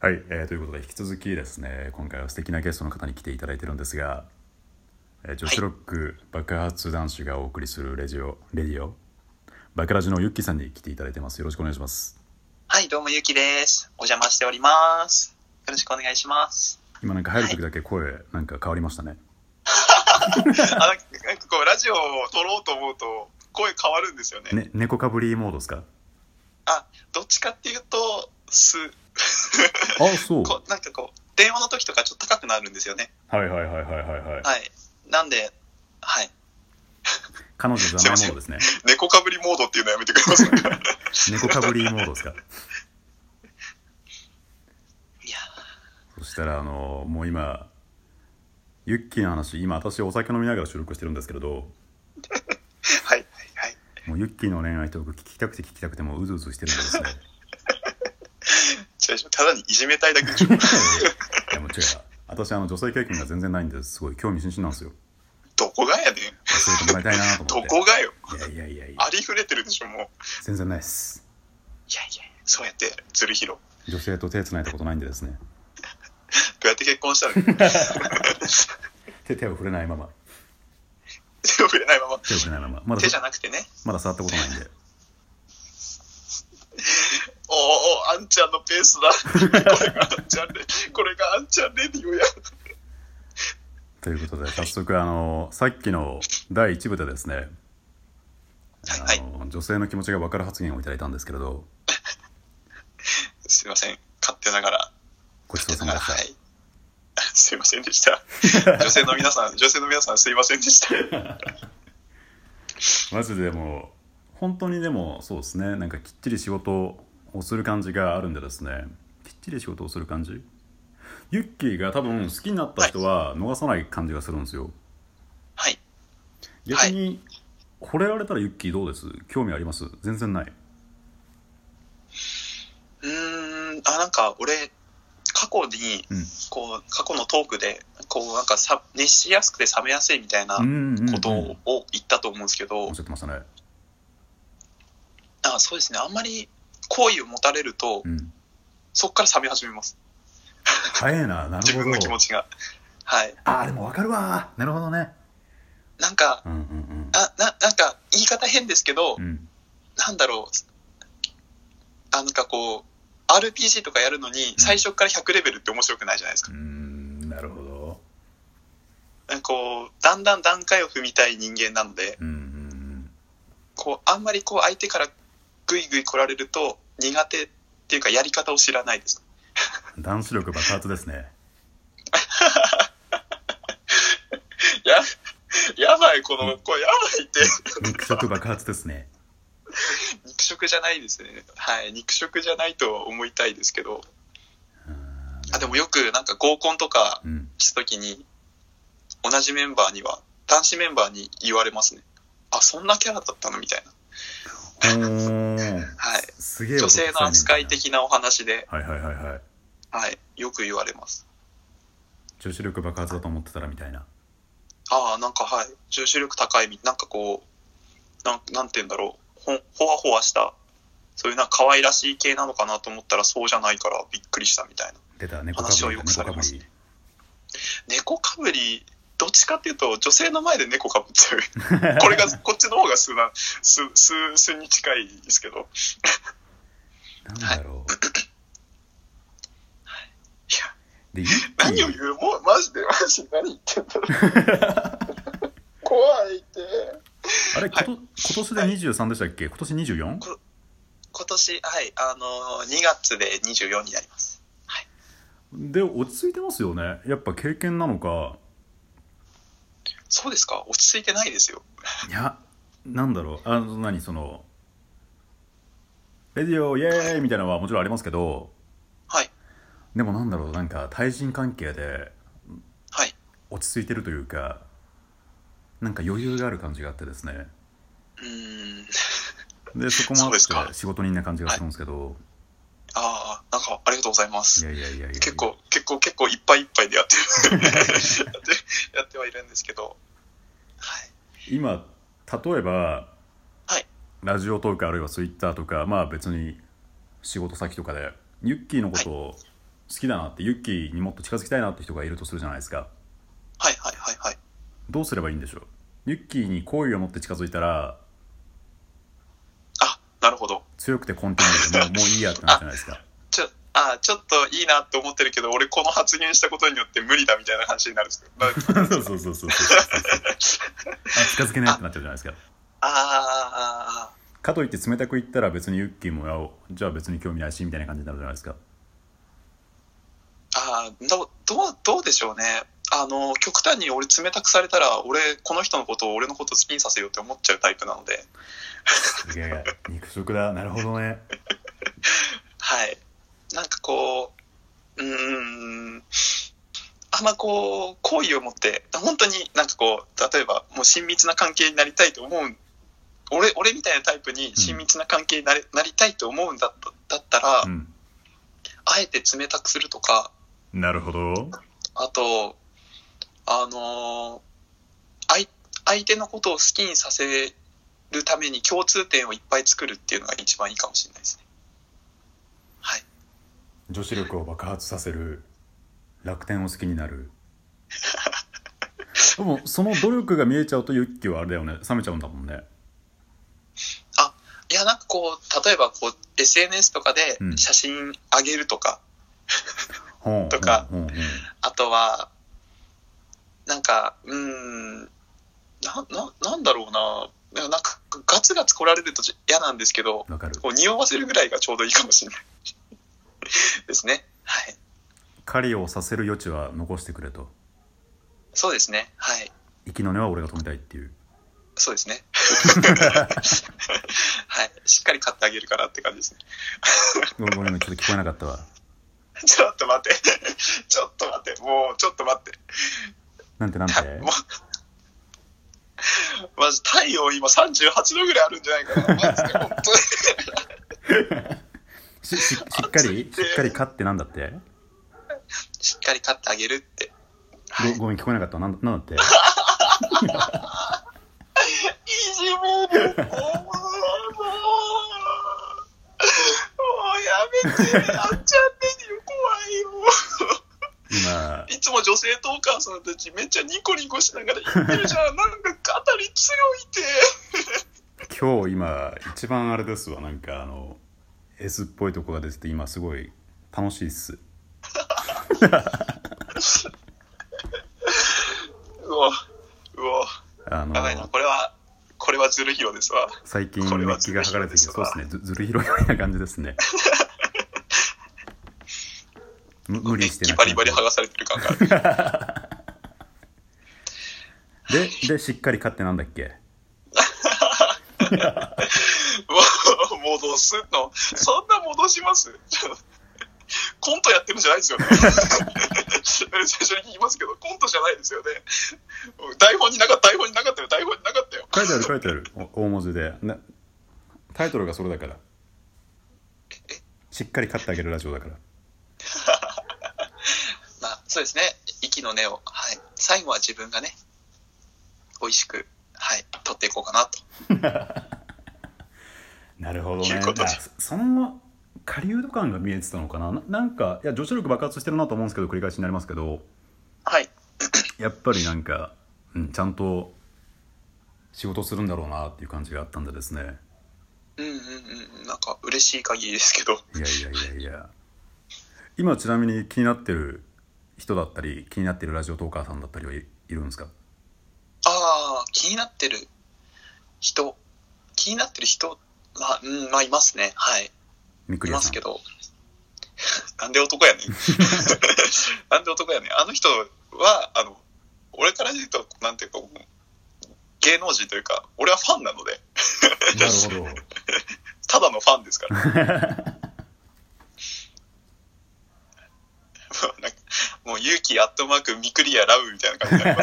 はい、えーということで引き続きですね今回は素敵なゲストの方に来ていただいてるんですが、えー女子ロック爆発男子がお送りするレジオレディオバカラジのユッキーさんに来ていただいてますよろしくお願いしますはい、どうもゆうきです。お邪魔しております。よろしくお願い します。今なんか入る時だけ声なんか変わりましたね、あの、なんかこう、ラジオを撮ろうと思うと、声変わるんですよね。ね猫かぶりモードですかあ、どっちかっていうと、す、あそうこなんかこう、電話の時とかちょっと高くなるんですよね。はいはいはいはいはいはい、はい。なんで、はい。彼女じゃないモードですね猫かぶりモードっていうのやめてください。 い猫かぶりモードですかやそしたらあのもう今ユッキーの話今私お酒飲みながら収録してるんですけれどーはい、はい、はい。もうユッキーの恋愛トーク聞きたくて聞きたくてもううずうずしてるんですね違う違うただにいじめたいだけで しょ。いやもう違う私あの女性経験が全然ないんですごい興味津々なん ですよ どこがやねん。教えてもらいたいなとど思ってこがよ。いやいやいやいやありふれてるでしょ、もう。いやい全然ないですや、そうやって、ずるひろ。女性と手つないだことないんでですねどうやって結婚したの手手を触れないまま手を触れないまま。手を触れないまままだ手じゃなくてね。まだ触ったことないんでおーおー、あんちゃんのペースだ。これがあんちゃんレ、これがあんちゃんレディオや。ということで早速あのさっきの第1部でですねあの、女性の気持ちが分かる発言をいただいたんですけれどすいません、勝手ながら。ごちそう勝手さなまがら、でした、はい。すいませんでした。女性の皆さん、女性の皆さん、すいませんでした。マジでもう本当にでもそうですねなんかきっちり仕事をする感じがあるんでですねきっちり仕事をする感じユッキーが多分好きになった人は逃さない感じがするんですよはい。逆に惚れられたらユッキーどうです興味あります全然ないうーん、あ、なんか、俺、過去に、うんこう、過去のトークで、こう、なんかさ、熱しやすくて冷めやすいみたいなうんうんうんことを言ったと思うんですけど、おっしゃってましたねあそうですね、あんまり好意を持たれると、うんそこから冷め始めます。早いなな自るほ分どの気持ちが。はい。ああでも分かるわーなるほどねなんか、うんうんあななんか言い方変ですけど、うんうんなんだろうあなんかこう RPG とかやるのに最初から100レベルって面白くないじゃないですうかー、んなるほどなんかこうだんだん段階を踏みたい人間なのでうんうんこうあんまりこう相手からグイグイ来られると苦手っていうかやり方を知らないでうすん男子力爆発ですねややばいこのこれやばいって肉食爆発ですね肉食じゃないですねはい肉食じゃないとは思いたいですけどあでもよくなんか合コンとかうんした時に同じメンバーには男子メンバーに言われますねあそんなキャラだったのみたいな、おーはい、すげえ女性の扱い的なお話で、はいはいはいはいはい、よく言われます女子力爆発だと思ってたらみたいなああなんかはい女子力高いみなんかこうなんなんて言うんだろうほんほわほわしたそういうなんか可愛らしい系なのかなと思ったらそうじゃないからびっくりしたみたいな出た猫か話ぶをりよくさ猫れかぶますり猫かぶりどっちかっていうと女性の前で猫かぶっちゃ うこれがこっちの方が素な素素素に近いですけどなんだろういやでユ何をッキ言うもうマジでマジで何言ってんだろう 怖いってーあれこと今年で23でしたっけ今年 24? 今年はいあの2月で24になりますで落ち着いてますよねやっぱ経験なのかそうですか落ち着いてないですよいやなんだろうあの何そのレディオイエーイみたいなのはもちろんありますけどはいでもなんだろうなんか対人関係ではい落ち着いてるというかなんか余裕がある感じがあってですねうーん でそこもあそうですっかて仕事人な感じがするんですけど、ああなんかありがとうございまいすやいやいやいや結構結構結構いっぱいいっぱいでやってる やってやってはいるんですけどはい今例えば、はいラジオトークあるいはツイッターとかまあ別に仕事先とかでユッキーのことを好好きだなってユッキーにもっと近づきたいなって人がいるとするじゃないですかはいはいはいはい。どうすればいいんでしょうユッキーに好意を持って近づいたらあ、なるほど。強くてコンティニューでもうもう いいやってなるじゃないですかちょ、あ、ちょっといいなって思ってるけど、俺この発言したことによって無理だみたいな話になるんですけど。なそうそうそうそうそうそうあ近づけないってなっちゃうじゃないですかあかといって冷たく言ったら別にユッキーもらおうじゃあ別に興味ないしみたいな感じになるじゃないですかー、あーどう、どう、どうでしょうね。あの、極端に俺冷たくされたら、俺、この人のことを俺のこと好きにさせようって思っちゃうタイプなので、すげえ肉食だなるほどねはい。なんかこう、うーん、あんまこう、好意を持って、本当になんかこう、例えばもう親密な関係になりたいと思う、俺、俺みたいなタイプに親密な関係になれなりたいと思うんだっただったら、うんあえて冷たくするとか、なるほどあと、あのー相、相手のことを好きにさせるために共通点をいっぱい作るっていうのが一番いいかもしれないですね。はい。女子力を爆発させる楽天を好きにな るでもその努力が見えちゃうとユッキーはあれだよね冷めちゃうんだもんねいや、なんかこう、例えばこう、SNS とかでうん写真あげるとか、ほうとかほうほうほうあとは、なんか、うーん、な、な、なんだろうな。いやなんか、ガツガツ来られると嫌なんですけど、わかるこう、匂わせるぐらいがちょうどいいかもしれない ですね。はい。狩りをさせる余地は残してくれとそうですね。はい。息の根は俺が止めたいっていうそうですね。 はい。しっかり買ってあげるからって感じですね。 ごめんごめんちょっと聞こえなかったわちょっと待って。 ちょっと待って。もう、ちょっと待って。なんて なんてもう マジ、太陽今38度ぐらいあるんじゃないかな。マジで、本当に。しししっかりしっかり勝ってなんだって しっかり買ってあげるって。ごごめん聞こえなかったなんだなんだっていじめる。お前もう、もうやめて。あっちゃんねによ、怖いよ。今いつも女性トーカーさんたちめっちゃニコニコしながら言ってるじゃん。なんか語り強いって。今日今一番あれですわなんかあの S っぽいとこが出てて今すごい楽しいっすうわ、うわ。あのやばいな、これは、これはズルヒロですわ。最近これメはッキが剥がれてきてずるそういですねずずる広いような感じです ねむ無理してメッなキバリバリ剥がされてる感がある。 ででしっかり勝ってなんだっけうわ 戻すのそんな戻します ちょコントやってるんじゃないですよね。 最初に聞きますけど、コントじゃないですよね。台本になかった、台本になかったよ、台本になかったよ。書いてある書いてあるお大文字でなタイトルがそれだからしっかり勝ってあげるラジオだからまあ、そうですね。息の根を、はい。最後は自分がね、美味しく、はい、取っていこうかなと。なるほどいねうことあでそその狩人感が見えてたのかなななんかいや女子力爆発してるなと思うんですけど繰り返しになりますけどはい。やっぱりなんか、うん、ちゃんと仕事するんだろうなっていう感じがあったんでですねうんうんうん。なんか、嬉しい限りですけど。いやいやいやいや今ちなみに気になってる人だったり気になってるラジオトーカーさんだったりはいいるんですかああ、気になってる人、気になってる人、まあ、うん、まあ、いますね。はい。みくいりやまさすんけど。なんで 男やねん。なんで男やねん。あの人は、あの、俺から言うと、なんていうか、もう芸能人というか、俺はファンなので、なるほど ただのファンですから。 もうなんかもう勇気アットマークミクリアラブみたいな感じになりま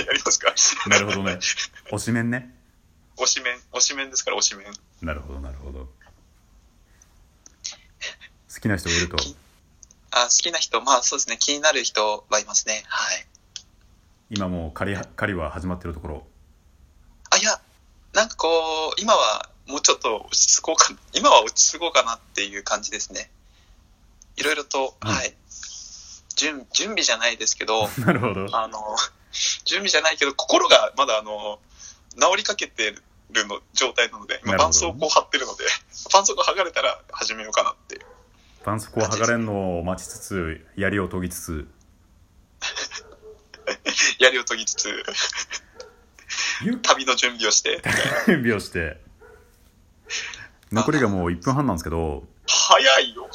やりますかなるほどね推しメンね 推しメン、推しメンですから推しメン。なるほどなるほど好きな人がいるとあ好きな人、まあそうですね、気になる人はいますね。はい。今もう狩りは狩りは始まってるところ あ、いや、なんかこう、今はもうちょっと落ち着 こうか、今は落ち着こうかなっていう感じですね。いろいろと、うんはい。準備じゃないですけど、なるほど。あの、 準備じゃないけど、心がまだあの、治りかけてるの状態なので、今、なるほど絆創膏を貼ってるので、 絆創膏剥がれたら始めようかなっていう。絆創膏を剥がれんのを待ちつつ、槍を研ぎつつ、槍を研ぎつつ、ゆっ旅の準備をして、準備をして、残りがもう1分半なんですけど、早いよ。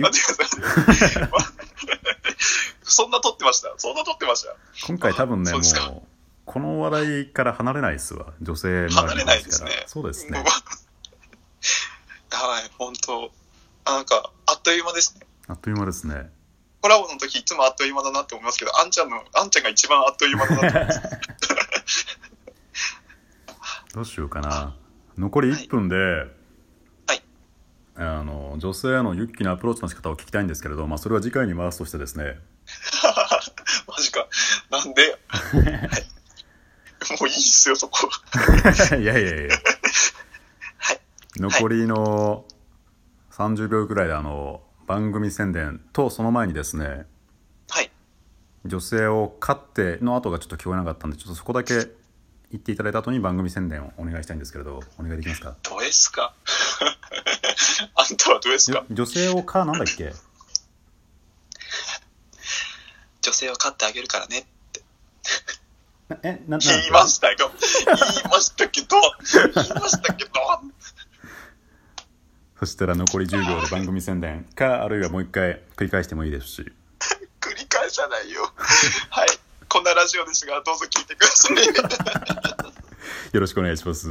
待ってください。そんな撮ってました。そんな撮ってました。今回多分ね、そうですかもう、この話題から離れないですわ。女性周りの話離れないですねそうですねもう。はい、本当あなんか、あっという間ですね。あっという間ですね。コラボの時いつもあっという間だなって思いますけど、あんちゃんの、あんちゃんが一番あっという間だなって思い ます。どうしようかな残り1分で、はいあの女性へのユッキーのアプローチの仕方を聞きたいんですけれど、まあ、それは次回に回すとしてです ねマジか。なんで、はい、もういいっすよ、そこ。いやいやいや、残りの30秒くらいであの番組宣伝とその前にですねはい。女性を飼っての後がちょっと聞こえなかったんでちょっとそこだけ言っていただいた後に番組宣伝をお願いしたいんですけれどお願いできますかどうですか あんたはどうですよか女性を飼うなんだっけ女性を飼ってあげるからね。なえななん言いましたよ。言いましたけど、言いましたけど、そしたら残り10秒で番組宣伝かあるいはもう一回繰り返してもいいですし繰り返さないよ。はい。こんなラジオですが、どうぞ聞いてください。よろしくお願いします。